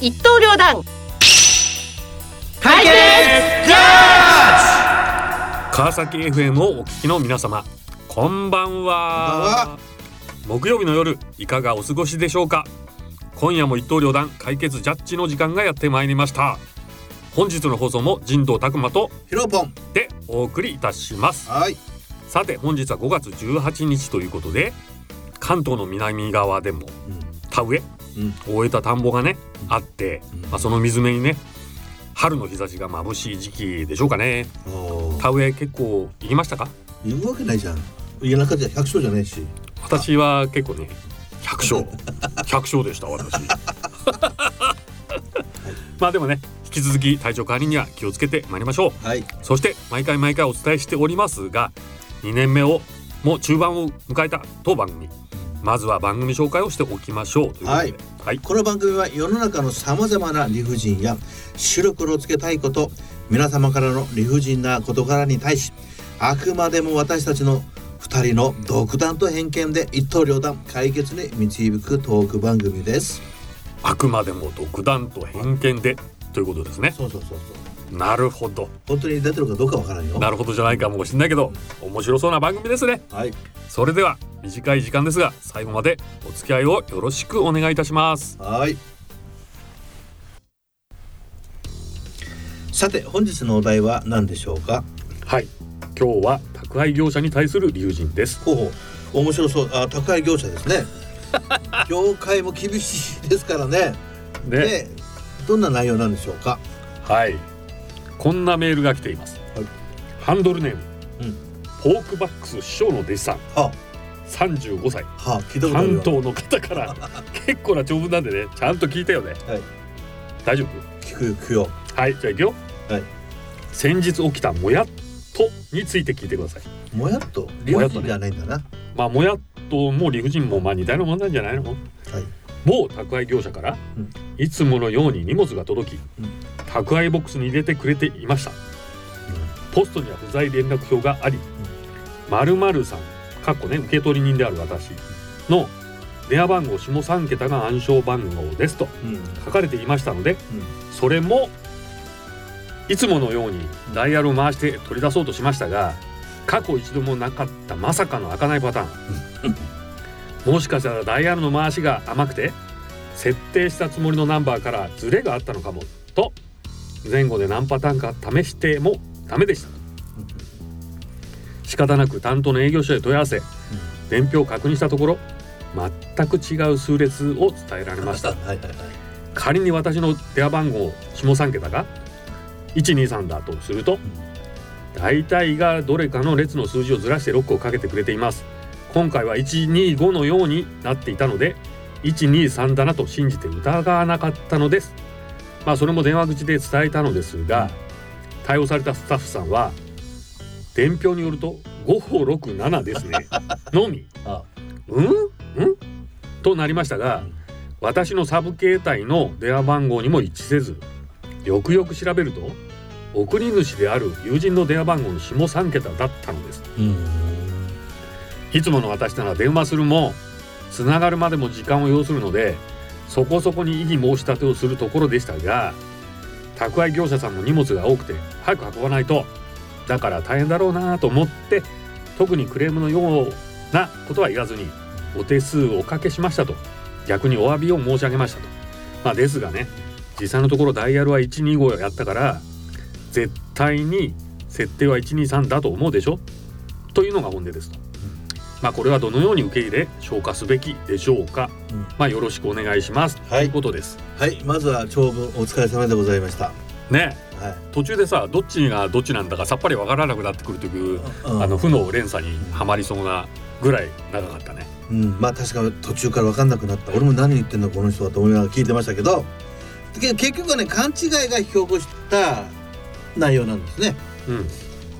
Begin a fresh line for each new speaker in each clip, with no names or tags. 一刀両断
解決
川崎 FM をお聞きの皆様こんばんは木曜日の夜いかがお過ごしでしょうか今夜も一刀両断解決ジャッジの時間がやってまいりました本日の放送も人道拓磨と
ヒロポン
でお送りいたします
はい
さて本日は5月18日ということで関東の南側でも田植え
うん
終えた田んぼがねあって、
うん
まあ、その水辺にね春の日差しが眩しい時期でしょうかね
おー
田植え結構行きましたか
言うわけないじゃん家の中じゃ百姓じゃないし
私は結構ね100勝100勝でした私まあでもね引き続き体調管理には気をつけてまいりましょう
はい
そして毎回毎回お伝えしておりますが2年目をもう中盤を迎えた当番組まずは番組紹介をしておきましょうということで
はい
はい、
この番組は世の中のさまざまな理不尽や白黒つけたいこと皆様からの理不尽な事柄に対しあくまでも私たちの2人の独断と偏見で一刀両断解決に導くトーク番組です
あくまでも独断と偏見でということですね
そうそうそうそう
なるほど
本当に出てるかどうかわからんよ
なるほどじゃないかもしれないけど面白そうな番組ですね
はい
それでは短い時間ですが最後までお付き合いをよろしくお願いいたします
はいさて本日のお題は何でしょうか
はい今日は宅配業者に対する理不尽です
候補面白そうあ宅配業者で すね業界も厳しいですからね
で、
でどんな内容なんでしょうか
はいこんなメールが来ています、
はい
ハンドルネーム、
うん
ポークバックス師匠の弟子さん
は
35歳
あはあ聞いたことある
関
よ
東の方から 結構な長文なんでねちゃんと聞いたよね、
はい
大丈
聞くよ聞くよ
夫はいじゃあ行くよ、
はい
先日起きたもやっとについて聞いてください
もやっと理
もや
不
っと
尽
ね
じゃないんだな、
まあもやっとも理不尽もまあ似たようなもんなんじゃないの
はい
某宅配業者から、
うん
いつものように荷物が届き、
うん
宅配ボックスに入れてくれていましたポストには不在連絡票があり、〇〇さん、かっこね、受取人である私の電話番号下3桁が暗証番号ですと
うん、うん
書かれていましたので、それもいつものようにダイヤルを回して取り出そうとしましたが、過去一度もなかったまさかの開かないパターン。もしかしたらダイヤルの回しが甘くて、設定したつもりのナンバーからズレがあったのかもと、前後で何パターンか試してもダメでした。仕方なく担当の営業所へ問い合わせ伝票を確認したところ全く違う数列を伝えられました
はいはいはい
仮に私の電話番号下3桁が123だとすると大体がどれかの列の数字をずらしてロックをかけてくれています今回は125のようになっていたので123だなと信じて疑わなかったのですまあそれも電話口で伝えたのですが対応されたスタッフさんは伝票によると5567ですねのみ
あ
うんうんとなりましたが
うん
私のサブ携帯の電話番号にも一致せずよくよく調べると送り主である友人の電話番号の下3桁だったのです
うん
いつもの私なら電話するもつながるまでも時間を要するのでそこそこに異議申し立てをするところでしたが宅配業者さんも荷物が多くて早く運ばないとだから大変だろうなと思って特にクレームのようなことは言わずにお手数をおかけしましたと逆にお詫びを申し上げましたと、まあ、ですがね実際のところダイヤルは125やったから絶対に設定は123だと思うでしょというのが本音ですと。まあ、これはどのように受け入れ消化すべきでしょうか、
うん
まあ、よろしくお願いします、
は
と
い
いうことです
はいまずは長文お疲れ様でございました
ね
はい
途中でさどっちがどっちなんだかさっぱりわからなくなってくるという、
うん
あの負の連鎖にはまりそうなぐらい長かったね
うん、まあ確か途中から分かんなくなった俺も何言ってんのこの人はと思いながら聞いてましたけどけ結局はね勘違いが引き起こした内容なんですね
うん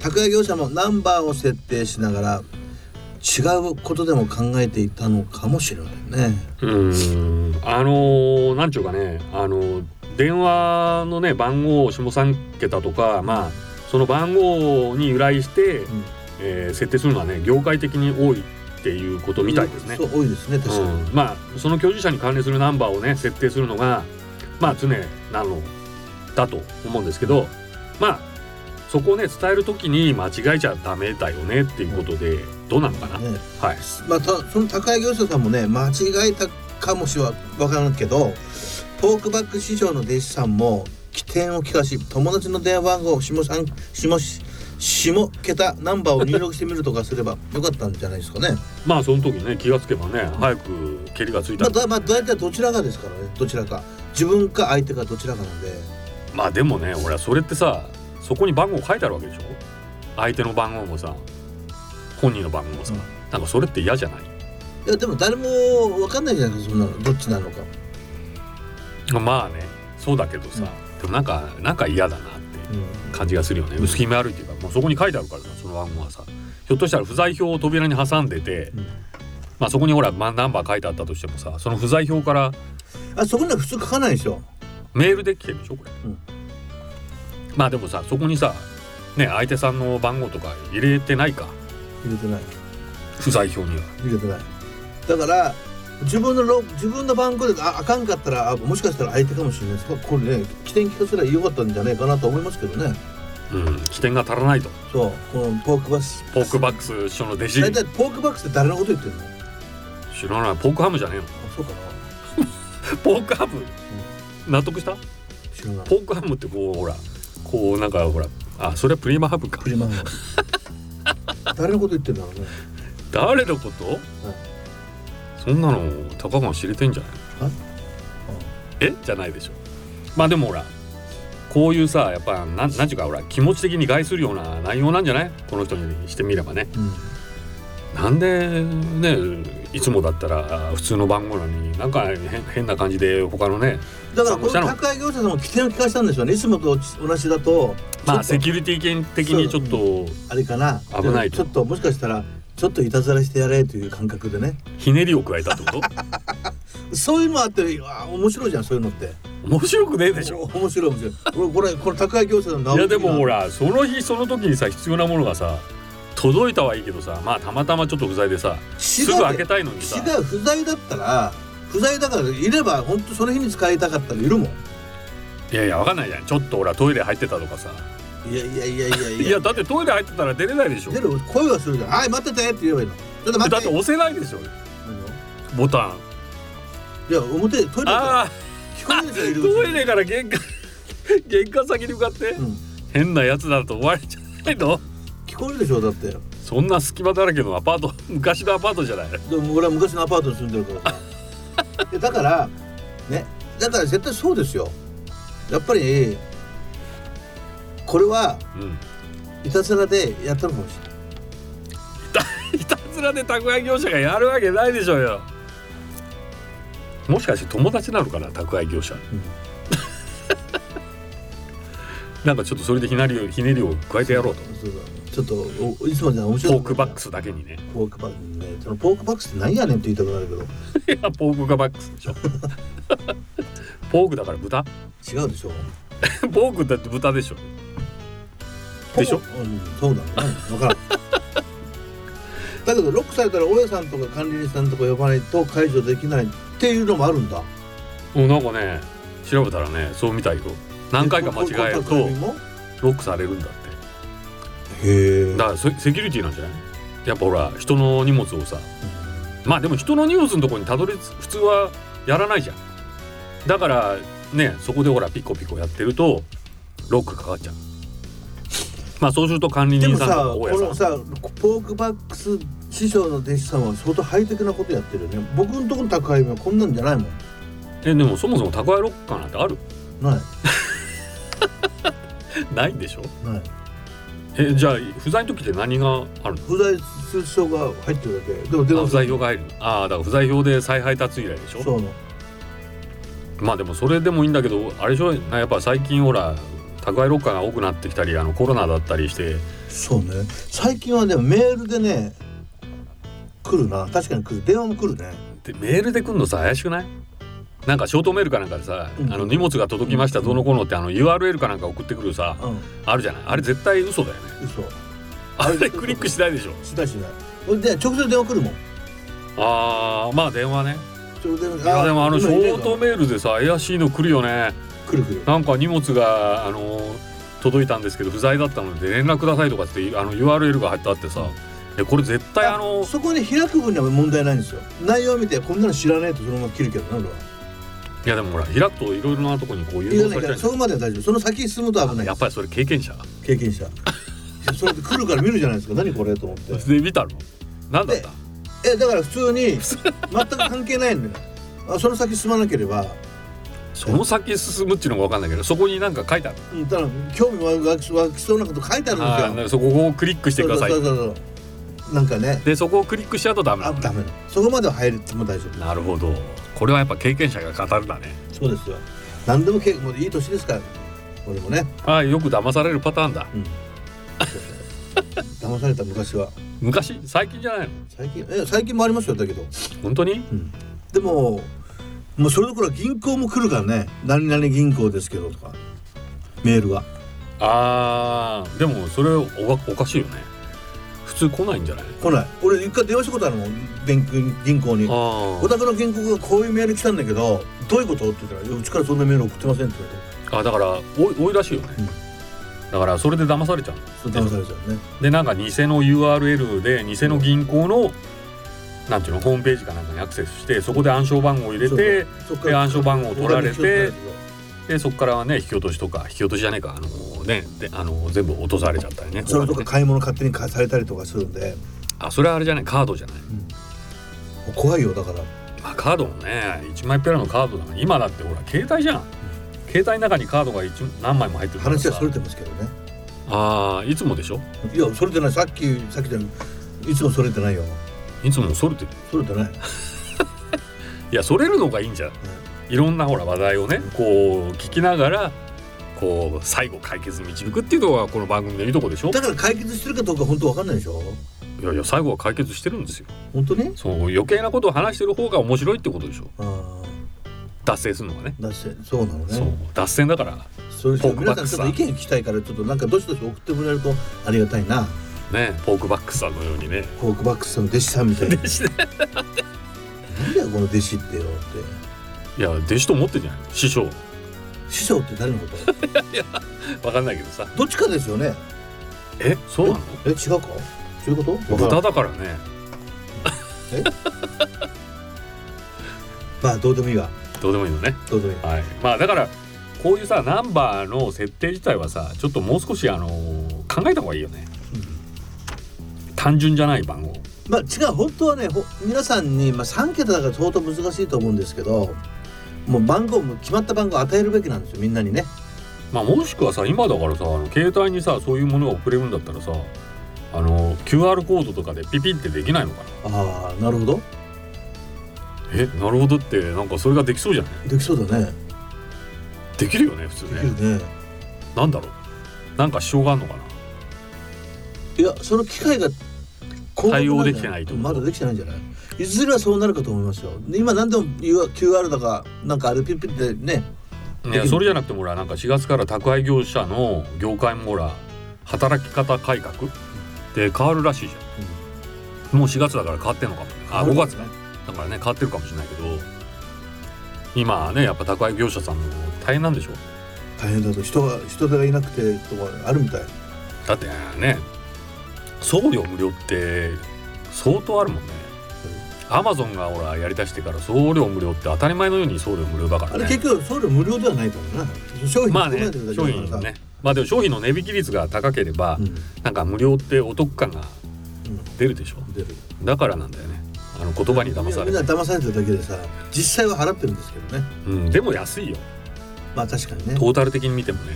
宅配業者もナンバーを設定しながら違うことでも考えていたのかもしれないね
うーんあのーなんちゅうかねあのー電話のね番号下3桁とかまあその番号に由来して、
ん
えー設定するのはね業界的に多いっていうことみたいですね
そう多いですね確かに、
うん、まあその居住者に関連するナンバーをね設定するのがまあ常なのだと思うんですけどまあそこをね伝える時に間違えちゃダメだよねっていうことで、どうなのかな、
ね
はい
またその宅配業者さんもね間違えたかもしれわからんけどポークバック師匠の弟子さんも起点を聞かし友達の電話番号を下さん下下桁ナンバーを入力してみるとかすれば よかったんじゃないですかね。
まあその時ね気がつけばね早く蹴りがついた
まあ、
り
だまあ大体どちらかですからねどちらか自分か相手かどちらかなんで
まあでもね俺はそれってさそこに番号書いてあるわけでしょ相手の番号もさ本人の番号もさ、
うん
なんかそれって嫌じゃない
いやでも誰も分かんないじゃないですかそんなのどっちなのか。
まあねそうだけどさ、でもなんかなんか嫌だなって感じがするよね薄気味悪いっていうかもうそこに書いてあるからさその番号はさひょっとしたら不在票を扉に挟んでて、
うん
まあそこにほら、まあ、ナンバー書いてあったとしてもさその不在票から
あそこには普通書かないでしょ。
メールで来てるでしょこれ、
うん
まあでもさそこにさね相手さんの番号とか入れてないか
入れてない
不在票には
入れてないだから自分のロ自分の番号でああかんかったらあもしかしたら相手かもしれないですこれね起点聞かせればよかったんじゃないかなと思いますけどね
うん起点が足らないと
そうこのポークバス
ポークバックス師匠の弟子
大体ポークバックスって誰のこと言ってるのあ
知らないポークハムじゃねえの
そうかな
ポークハム、納得した
知らない
ポークハムってこうほらこうなんかほらあそれはプリマハムか
プリマン誰のこと言ってるんだろうね
誰のこと、そんなの高が知れてんじゃない
は
えじゃないでしょまあでもほらこういうさやっぱなんなんていうかほら気持ち的に害するような内容なんじゃないこの人にしてみればね
うん
なんでねいつもだったら普通の番号なのになんか変変な感じで他のね
だからこ
そう
の宅配業者さんも起点を聞かせたんでしょうねいつもと同じだと
まあ
ちょ
セ
っと
キュリティ圏的にちょっと
あれかな
危ないと
ちょっともしかしたらちょっといたずらしてやれという感覚でね
ひねりを加えたってこと
そういうのあってあ面白いじゃんそういうのって
面白くねえでしょ
面白い面白いこれこれこれ宅配業者の直
い
樹
やでもほ
が
らその日その時にさ必要なものがさ届いたはいいけどさまあたまたまちょっと不在でさす
岸
ぐ開
田
けたいのにさ
岸田不在だったら不在だからいれば本当その日に使いたかったらいるもん
いやいやわかんないじゃんちょっとほらトイレ入ってたとかさ
いやいやいやいや
い
いや
やだってトイレ入ってたら出れないでしょ
出る声はするじゃん「はい待ってて」って言えばいいのちょっと待
だ
っ
って
て
押せないでしょボタン
いや表トイレから
あ
聞こえるじゃん
ー
入り口
トイレから玄関玄関先に向かって
うん
変なやつだと思われちゃないの
聞こえるでしょだって
そんな隙間だらけのアパート昔のアパートじゃない
でも俺は昔のアパートに住んでる からさいやだからねだから絶対そうですよやっぱりこれは
うん
いたずらでやったのかもしれない
いたずらで宅配業者がやるわけないでしょうよもしかして友達なのかな宅配業者、なんかちょっとそれでひなりをひねりを加えてやろうと
そうだちょっとおいつまで面
ポ
白い
ークバックスだけにね
ポークバックスねそのポークバックスって何やねんって言いたくなる
いやポークがバックスでしょ ポークだから豚
けど違うでしょ
ポークだって豚でしょでしょ
ポーうんそうなのね分からんだけどロックされたら大家さんとか管理人さんとか呼ばないと解除できないっていうのもあるんだ
もうなんかね調べたらねそうみたいよ何回か間違える
こう
と
いうこと
ロックされるんだって
へえ
だからセセキュリティなんじゃないやっぱほら人の荷物をさまあでも人の荷物のところにたどりつ普通はやらないじゃんだからねそこでほらピコピコやってるとロックかかっちゃうまあそうすると管理
で
人
も
さんと
さ
か
こ
大家さん
のさポークバックス師匠の弟子さんは相当ハイテクなことやってるよね僕のとこの宅配はこんなんじゃないもん
えでもそもそも宅配ロッカーなんてある
ない
ないんでしょ
ない
えじゃあ不在の時って何があるの
不在通知書が入ってるだけでも電
あ
話
不在票が入るああだから不在票で再配達以来でしょ
そうなの
まあでもそれでもいいんだけどあれでしょやっぱ最近ほら宅配ロッカーが多くなってきたりあのコロナだったりして
そうね最近はねメールでね来るな確かに来る電話も来るね
でメールで来るのさ怪しくないなんかショートメールかなんかでさ、
うん
あの荷物が届きましたどうのこうのってあの URL かなんか送ってくるさ
う
あるじゃないあれ絶対嘘だよね
ん嘘
あれクリックしないでしょ
しないしないほんで直接電話来るもん
あーまあ電話ね
それでい
いやでもあのショートメールでさ怪しいの来るよね
くるくる
なんか荷物があの届いたんですけど不在だったので連絡くださいとかってあの URL が貼ってあってさでこれ絶対あの
そこに開く分には問題ないんですよ内容を見てこんなの知らないとそのまま切るけどな俺はい
やでもほら開くといろいろなとこにこう
い
誘
ら
導
ない
され
か
ちゃ
ら
う
そこまでは大丈夫その先進むと危ない
やっぱりそれ経験者
経験者いやそれで来るから見るじゃないですか何これと思って
で見たのなんだった
えだから普通に全く関係ないのよあその先進まなければ、
その先進むっていうのが分かんないけどそこになんか書いてある
うん、ただ興味湧き湧きそうなこと書いてあるん
あー
です
なん
よ
かそこをクリックしてください
そうそうそうそうなんかね
でそこをクリックしちゃうとダメな
あ
の
ダメだそこまでは入るっても大丈夫
なるほどこれはやっぱ経験者が語るだね
そうですよ何でもけもういい年ですから俺もね、
ああよく騙されるパターンだ
うん、騙された昔は
昔最近じゃないの
最近え最近もありますよだけど
本当に
でももうそれどころか銀行も来るからね何々銀行ですけどとかメールが
あーでもそれおかおかしいよね普通来ないんじゃない
来ない俺一回電話したことあるもん電銀行に
あ
お宅の銀行がこういうメール来たんだけどどういうことって言ったらいや「うちからそんなメール送ってません」って言わ
ーあだから多い多いらしいよね、
うん
だからそれで騙されちゃう
れてそう騙されちゃうね
でなんか偽の URL で偽の銀行のなんていうのホームページかなんかにアクセスしてそこで暗証番号を入れて
そっか
で暗証番号を取られて
そっか
でそこからはね引き落としとか引き落としじゃねえかあのねであの全部落とされちゃったりね
それとか
ここ
買い物勝手にかされたりとかするんで
でねあそれはあれじゃないカードじゃない、
怖いよだから
まあ、カードもね1枚ペラのカードだから今だってほら携帯じゃん携帯の中にカードが一何枚も入ってるから
話
さ
はそれてますけどね
ああいつもでしょ
いやそれてないさっきさっきじゃないいつもそれてないよ
いつもそれてる
それてない
いやそれるのがいいんじゃん、いろんなほら話題をねこう聞きながらこう最後解決に導くっていうのがこの番組のいいとこでしょ
だから解決してるかどうか本当わかんないでしょ
いやいや最後は解決してるんですよ
本当に
そう余計なことを話してる方が面白いってことでしょ
あ
脱線するのがね
あだしてそうなのね
そう脱線だから
そうですよ
ポークバ
皆
ック
さんち
ス
ょっと意見聞きたいからちょっとなんかどしどし送ってもらえるとありがたいな
ねポークバックさんのようにね
フォークバックスさんの弟子さんみたいな
弟子ね
なんだよこの弟子ってよって
いや弟子と思ってんじゃない師匠
師匠って誰のこと
わかんないけどさ
どっちかですよね
えそうなの
え違うかそういうことわからん
豚だからね
まあどうでもいいわ
どうでもいいのね
どうでもいいわ
はいまあだからこういうさナンバーの設定自体はさちょっともう少しあの考えた方がいいよね単純じゃない番号
まあ違う本当はねほ皆さんに、まあ、3桁だから相当難しいと思うんですけどもう番号も決まった番号を与えるべきなんですよみんなにね
まあもしくはさ今だからさあの携帯にさそういうものが送れるんだったらさあの QR コードとかでピピってできないのかな
ああなるほど
えなるほどってなんかそれができそうじゃない
できそうだね
できるよね普通
でき
ね
るね
なんだろうなんか支障があるのかない
やその機械が高額んじ
対
ゃ
応できてないってこと
まだできてないんじゃないいずれはそうなるかと思いますよで今何でも QR だかなんかあれピッピッてね
い
でき
や
る
それじゃなくてもほらなんか4月から宅配業者の業界もほら働き方改革で変わるらしいじゃん、もう4月だから変わってんのかもねあ5月
ね
だからね変わってるかもしれないけど今ねやっぱ宅配業者さんも大変なんでしょ
大変だと人が人手がいなくてとかあるみたい
だってね送料無料って相当あるもんねアマゾンがほらやりだしてから送料無料って当たり前のように送料無料だか
あ
ら
れ
ね
結局送料無料ではないからな商品
まあ
含
ね
まれてるだけ
商
だか
品
ら
の
さ
ねまあでも商品の値引き率が高ければ、
うん
なんか無料ってお得感が出るでしょ
うん出る
だからなんだよねあの言葉に騙され
みんな
る、
騙されてるだけでさ実際は払ってるんですけどね
うん、でも安いよ
まあ確かに
ト
ね
ータル的に見てもね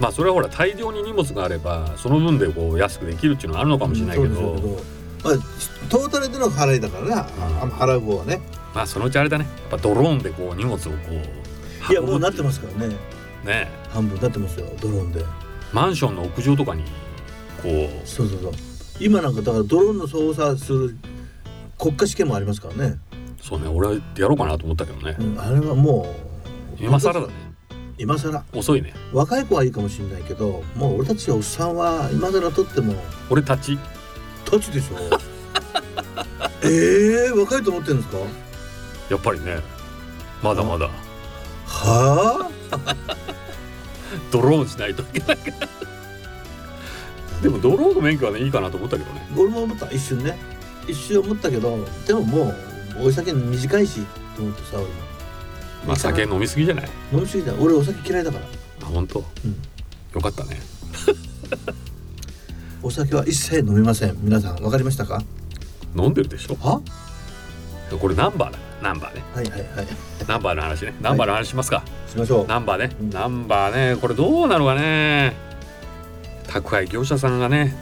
まあそれはほら大量に荷物があればその分でこう安くできるっていうのはあるのかもしれないけど,、
そうですけどまあトータルでの払いだからなあ払う方はね
まあそのうちあれだねやっぱドローンでこう荷物をこう
いやもうなってますすからね
ね
半分なってますよドローンで
マンションの屋上とかにこう
そうそうそう今なんかだからドローンの操作する国家試験もありますからね、
そうね俺はやろうかなと思ったけどね、
うんあれはもう
今更だね
今更
遅いね
若い子はいいかもしれないけどもう俺たちおっさんは今更とっても
俺たち
土地でしょええ若いと思ってるんですか
やっぱりねまだまだ
は
ドローンしないといけないからでもドローンの免許はねいいかなと思ったけどね
あ俺も思った一瞬ね一瞬思ったけどでももうお酒短いしと思ってさ俺も
まあ酒飲みすぎじゃない
飲みすぎた俺お酒嫌いだから
あ本当、
うん
よかったね
お酒は一切飲みません皆さんわかりましたか
飲んでるでしょ
は
これナンバーだナンバーね
はいはいはい
ナンバーの話ねナンバーの話しますか、
しましょう
ナンバーね
うん
ナンバーねこれどうなのかね宅配業者さんがね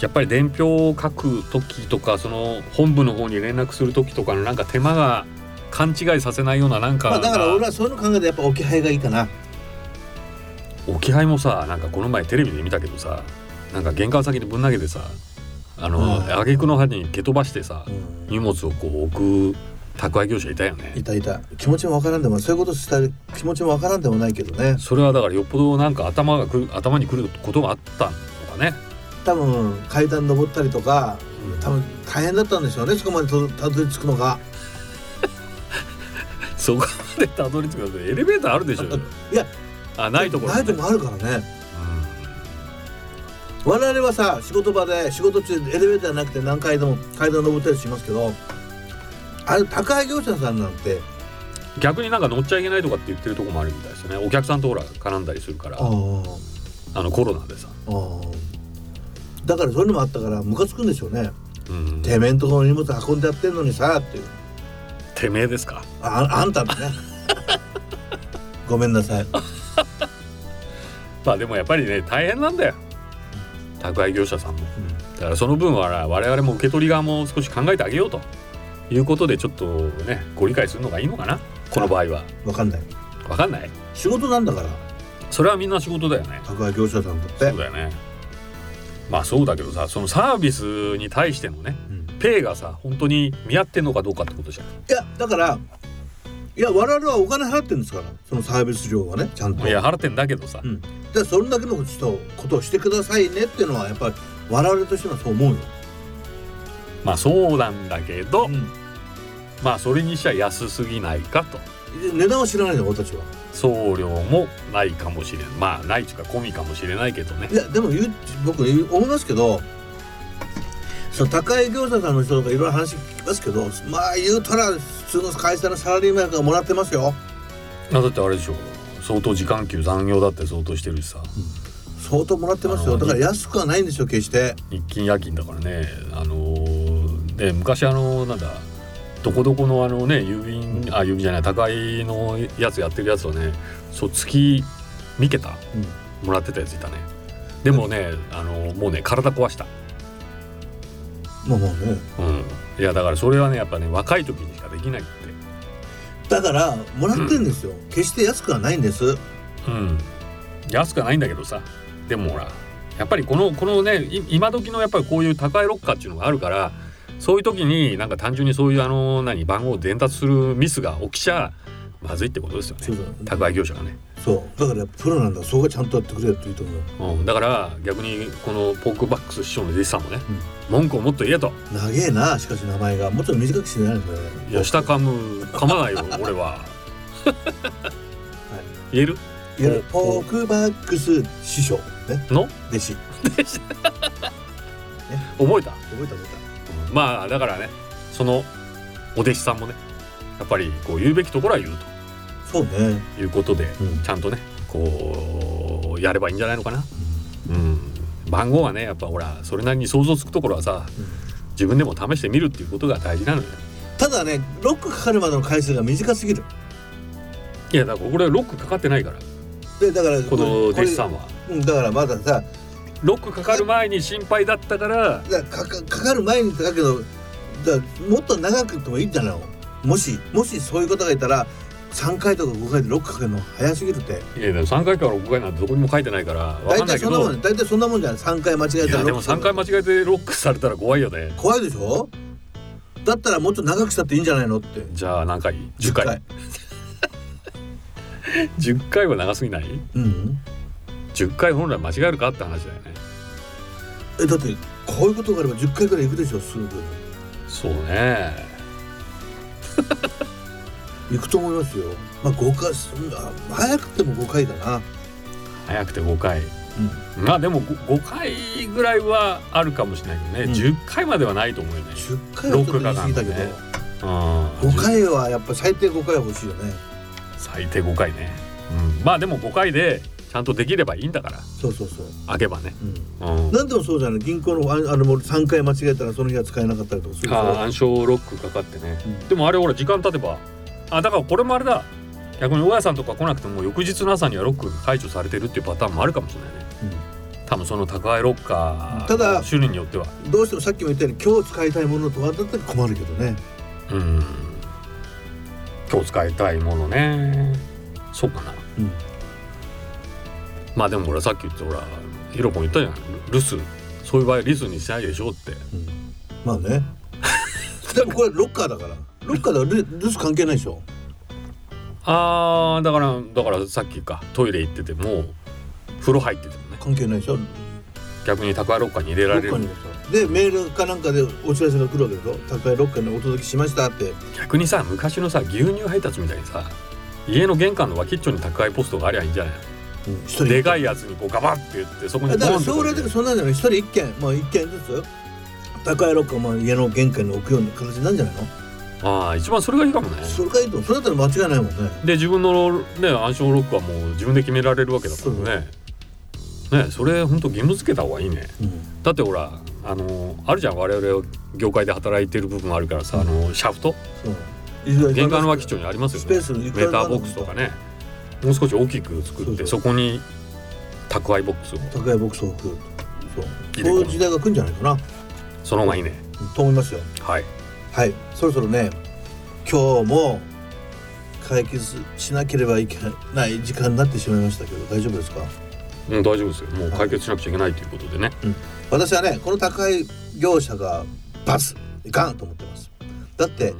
やっぱり伝票を書く時とかその本部の方に連絡する時とかのなんか手間が勘違いさせないようななんか、
まあだから俺はそういうの考えてやっぱ置き配がいいかな
置き配もさなんかこの前テレビで見たけどさなんか玄関先にぶん投げてさあの
うん
挙句の果てに蹴飛ばしてさ
うん
荷物をこう置く宅配業者いたよね
いたいた気持ちもわからんでもそういうことしたる気持ちもわからんでもないけどね
それはだからよっぽどなんか頭がくる頭にくることがあったのかね
多分階段登ったりとか多分大変だったんでしょうねそこまでとたどり着くのが
そこまでたどり着くのでエレベーターあるでしょ
いや
あないところ
な
ね
いとこあるからね我々はさ仕事場で仕事中エレベーターなくて何階でも階段登ったりしますけどあれ宅配業者さんなんて
うん逆になんか乗っちゃいけないとかって言ってるとこもあるみたいですよねお客さんとほら絡んだりするから
あ
あ
あ
のコロナでさ、
ああだからそういうのもあったからムカつくんでしょうね、
うん、
てめえんとこの荷物運んでやってんのにさっていう
てめえですか
ああんただねごめんなさい
まあでもやっぱりね大変なんだよ宅配業者さんもだからその分は我々も受け取り側も少し考えてあげようということでちょっとねご理解するのがいいのかなこの場合は
わかんない
わかんない
仕事なんだから
それはみんな仕事だよね
宅配業者さんだって
そうだよねまあそうだけどさそのサービスに対してのね
うん
ペイがさ本当に見合ってんのかどうかってことじゃん
いやだからいや我々はお金払ってるんですからそのサービス料はねちゃんと
いや払ってんだけどさ、
うんでそれだけのちょっとことをしてくださいねっていうのはやっぱり我々としてはそう思うよ、
まあそうなんだけど、
う
まあそれにしちゃ安すぎないかと
ん、値段は知らないの俺たちは
送料もないかもしれんまあないというか込みかもしれないけどね
いやでも言う僕言う思いますけどその高い業者さんの人とかいろいろ話聞きますけどまあ言うたら普通の会社のサラリーマンがもらってますよ
だってあれでしょ相当時間給残業だって相当してるしさ
相当もらってます
なる
よだ
ほど
から安くはないんですよ決して
日勤夜勤だからねあのーで昔あのなんだどこどこのあのね郵便あ郵便じゃない宅配のやつやってるやつはねそう月見けた
うん
もらってたやついたねでもねあのもうね体壊した
まあまあね
うんいやだからそれはねやっぱね若い時にしかできないって
だからもらってんですよ、決して安くはないんです
うん安くはないんだけどさでもほらやっぱりこのこのねい今時のやっぱりこういう宅配ロッカーっていうのがあるからそういう時になんか単純にそういうあの何番号を伝達するミスが起きちゃまずいってことですよ
そう
ね
だ
宅配業者がね、
そうだからプロなんだそこはちゃんとやってくれよって言うと思う
うん、だから逆にこのポークバックス師匠の弟子さんもね、文句をもっと言えと
長えなしかし名前がもうちょっと短くしてないのよ
「いや下噛む噛まないよ 俺は」言える
いわゆるポークバックス師匠ね
の
弟子覚
覚えた
えた覚えた
まあだからねそのお弟子さんもねやっぱりこう言うべきところは言う
そうね、
ということで
うん
ちゃんとねこうやればいいんじゃないのかな、うん、番号はねやっぱほらそれなりに想像つくところはさ自分でも試してみるっていうことが大事なのよ
ただねロックかかるまでの回数が短すぎる
いやだからこれはロックかかってないから
でだから
この弟子さ
こ
んは
れうんだからまださ
ロックかかる前に心配だったから
だからかかかかる前にだけどだからもっと長くてもいいんじゃないのもしもしそういう方がいたら3回とか5回でロックかけるの早すぎるって
いやでも3回から5回なんてどこにも書いてないからわ
大
かんな
体
いけ
そんなも
ど
ん大体そんなもんじゃない3回間違え
い
たら
やでも
ロック
3
かけ
回
る
間違えてロックされたら怖いよね
怖いでしょだったらもうちょっと長くしたっていいんじゃないのって
じゃあ何回10回10回は長すぎない
うん
10回本来間違えるかって話だよね
えだってこういうことがあれば10回ぐらいいくでしょすぐ
そうね
行くと思いますよ。まあ五回あ早くても五回かな。
早くて5回
うん
まあでも 5, 回ぐらいはあるかもしれないけどね、
うん
10回まではないと思うよね、
10回はちょっと言い過ぎたけど、
ロックがうん
5回はやっぱ最低5回は欲しいよね
最低5回ね、うん、まあでも5回でちゃんとできればいいんだから
そうそうそう、
開けばね、
うん、
うん、
なんでもそうじゃない銀行のああのもう3回間違えたらその日は使えなかったりとかするでしょ
あ暗証ロックかかってね
うん
でもあれほら時間経てばあだからこれもあれだ逆に大家さんとか来なくても翌日の朝にはロックが解除されてるっていうパターンもあるかもしれないね多分その宅配ロッカ
た
ー
だ
の種類によっては
うんどうしてもさっきも言ったように今日使いたいものとかだったら困るけどね
うん今日使いたいものねそうかな、
うん
まあでも俺さっき言ってほらヒロポン言ったじゃん留守そういう場合リスにしないでしょうって
まあね でもこれロッカーだからロッカーだからル留守関係ないでしょ
あーだからだからさっきかトイレ行ってても風呂入っててもね
関係ないでしょ
逆に宅配ロッカーに入れ
ロ
られ
ッカー
る
にでメールかなんかでお知らせが来るわけでしょ宅配ロッカーにお届けしましたって
逆にさ昔のさ牛乳配達みたいにさ家の玄関の脇っちょに宅配ポストがありゃいいんじゃない
一人
の
一
で
件
かいやつにこうガバッて言ってそこに
だか
ボン
ら
って
将来的にそんなんじゃない一人一軒まあ一軒ずつ高いロッカーまあ家の玄関に置くような形なんじゃないの、
ああ一番それがいいかもね
それがいいとそれだったら間違いないもんね
で自分のね暗証ロックはもう自分で決められるわけだからねねそれ本当義務付けた方がいいね
うん
だってほらあのあるじゃん我々業界で働いてる部分あるからさあのシャフト
そう
玄関の脇町にありますよ
スペ
ね
ースにいく
メ
ら
ータ
で
ー
もある
ボックスとかねもう少し大きく作って
そ
そこに宅配ボックスを
高いボックスを置くそう
入れ
そういう
込
時
む
代が来るんじゃないかな
その方がいいね
と思いますよ
はい
はいそろそろね今日も解決しなければいけない時間になってしまいましたけど大丈夫ですか
もう大丈夫ですよもう解決しなくちゃいけないということでね
私はねこの宅配業者がバツいかんと思ってますだって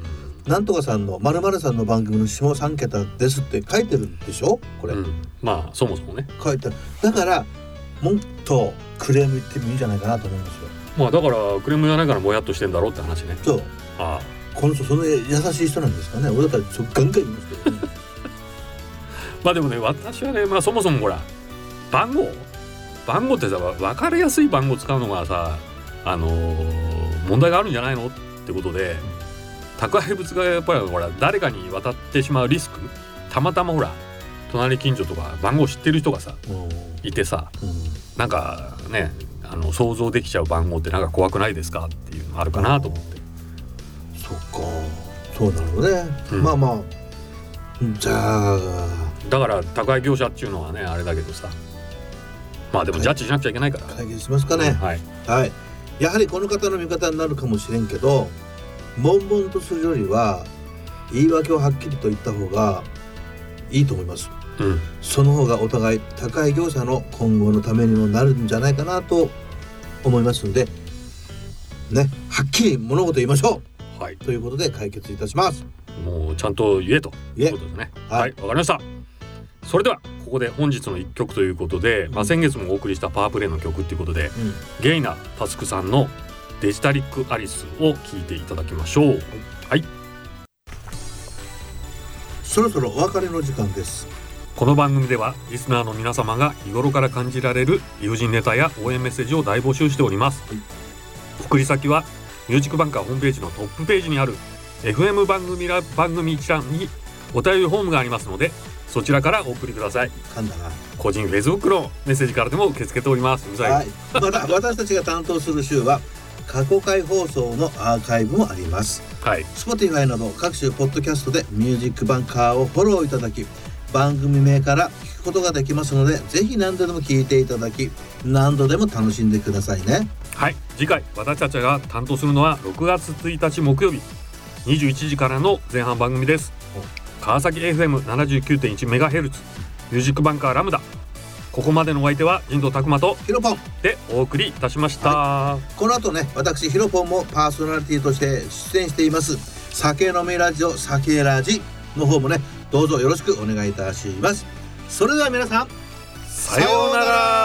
なんとかさんの〇〇さんの番組の下3桁ですって書いてるんでしょ
う
これ、
んまあそもそもね
書いてあるだからもっとクレーム言ってもいいんじゃないかなと思うんですよ
まあだからクレームがないからもやっとしてんだろうって話ね
そう
ああ
この人その優しい人なんですかね俺だったらちょガンガン言いますけどね
まあでもね私はね、まあ、そもそもほら番号番号ってさわ分かりやすい番号使うのがさあのー問題があるんじゃないのってことで宅配物がやっぱりほら誰かに渡ってしまうリスクたまたまほら隣近所とか番号知ってる人がさ
うん
いてさ
うん
なんかねあの想像できちゃう番号ってなんか怖くないですかっていうのあるかなと思って。
そっかそうなのね、
うん
まあまあじゃあ
だから宅配業者っていうのはねあれだけどさまあでもジャッジしなくちゃいけないから。
解決しますかね、
はい
はい、やはりこの方の味方になるかもしれんけど悶々とするよりは言い訳をはっきりと言った方がいいと思います
うん
その方がお互い高い業者の今後のためにもなるんじゃないかなと思いますのでねはっきり物事言いましょ
はい、
うということで解決いたします
もうちゃんと言えと
いえ
ということですね。
はい
はい、わ、かりました。それではここで本日の一曲ということで、まあ先月もお送りしたパワープレイの曲ということで、
うん
ゲイナタスクさんのデジタリックアリスを聞いていただきましょう。
そろそろお別れの時間です
この番組ではリスナーの皆様が日頃から感じられる友人ネタや応援メッセージを大募集しております、
はい
送り先はミュージックバンカーホームページのトップページにある FM 番組ら番組一覧にお便りフォームがありますのでそちらからお送りください
噛んだな
個人 Facebook のメッセージからでも受け付けておりますうざい
はい、また私たちが担当する週は過去回放送のアーカイブもあります
はい、
Spotify など各種ポッドキャストで「ミュージックバンカー」をフォローいただき番組名から聞くことができますのでぜひ何度でも聞いていただき何度でも楽しんでくださいね
はい、次回私たちが担当するのは6月1日木曜日21時からの前半番組です川崎 FM79.1 メガヘルツミュージックバンカーラムダここまでのお相手は神藤拓馬と
ヒロポン
でお送りいたしました、
この後ね私ヒロポンもパーソナリティとして出演しています「酒飲みラジオ酒ラジ」の方もねどうぞよろしくお願いいたしますそれでは皆さん
さようなら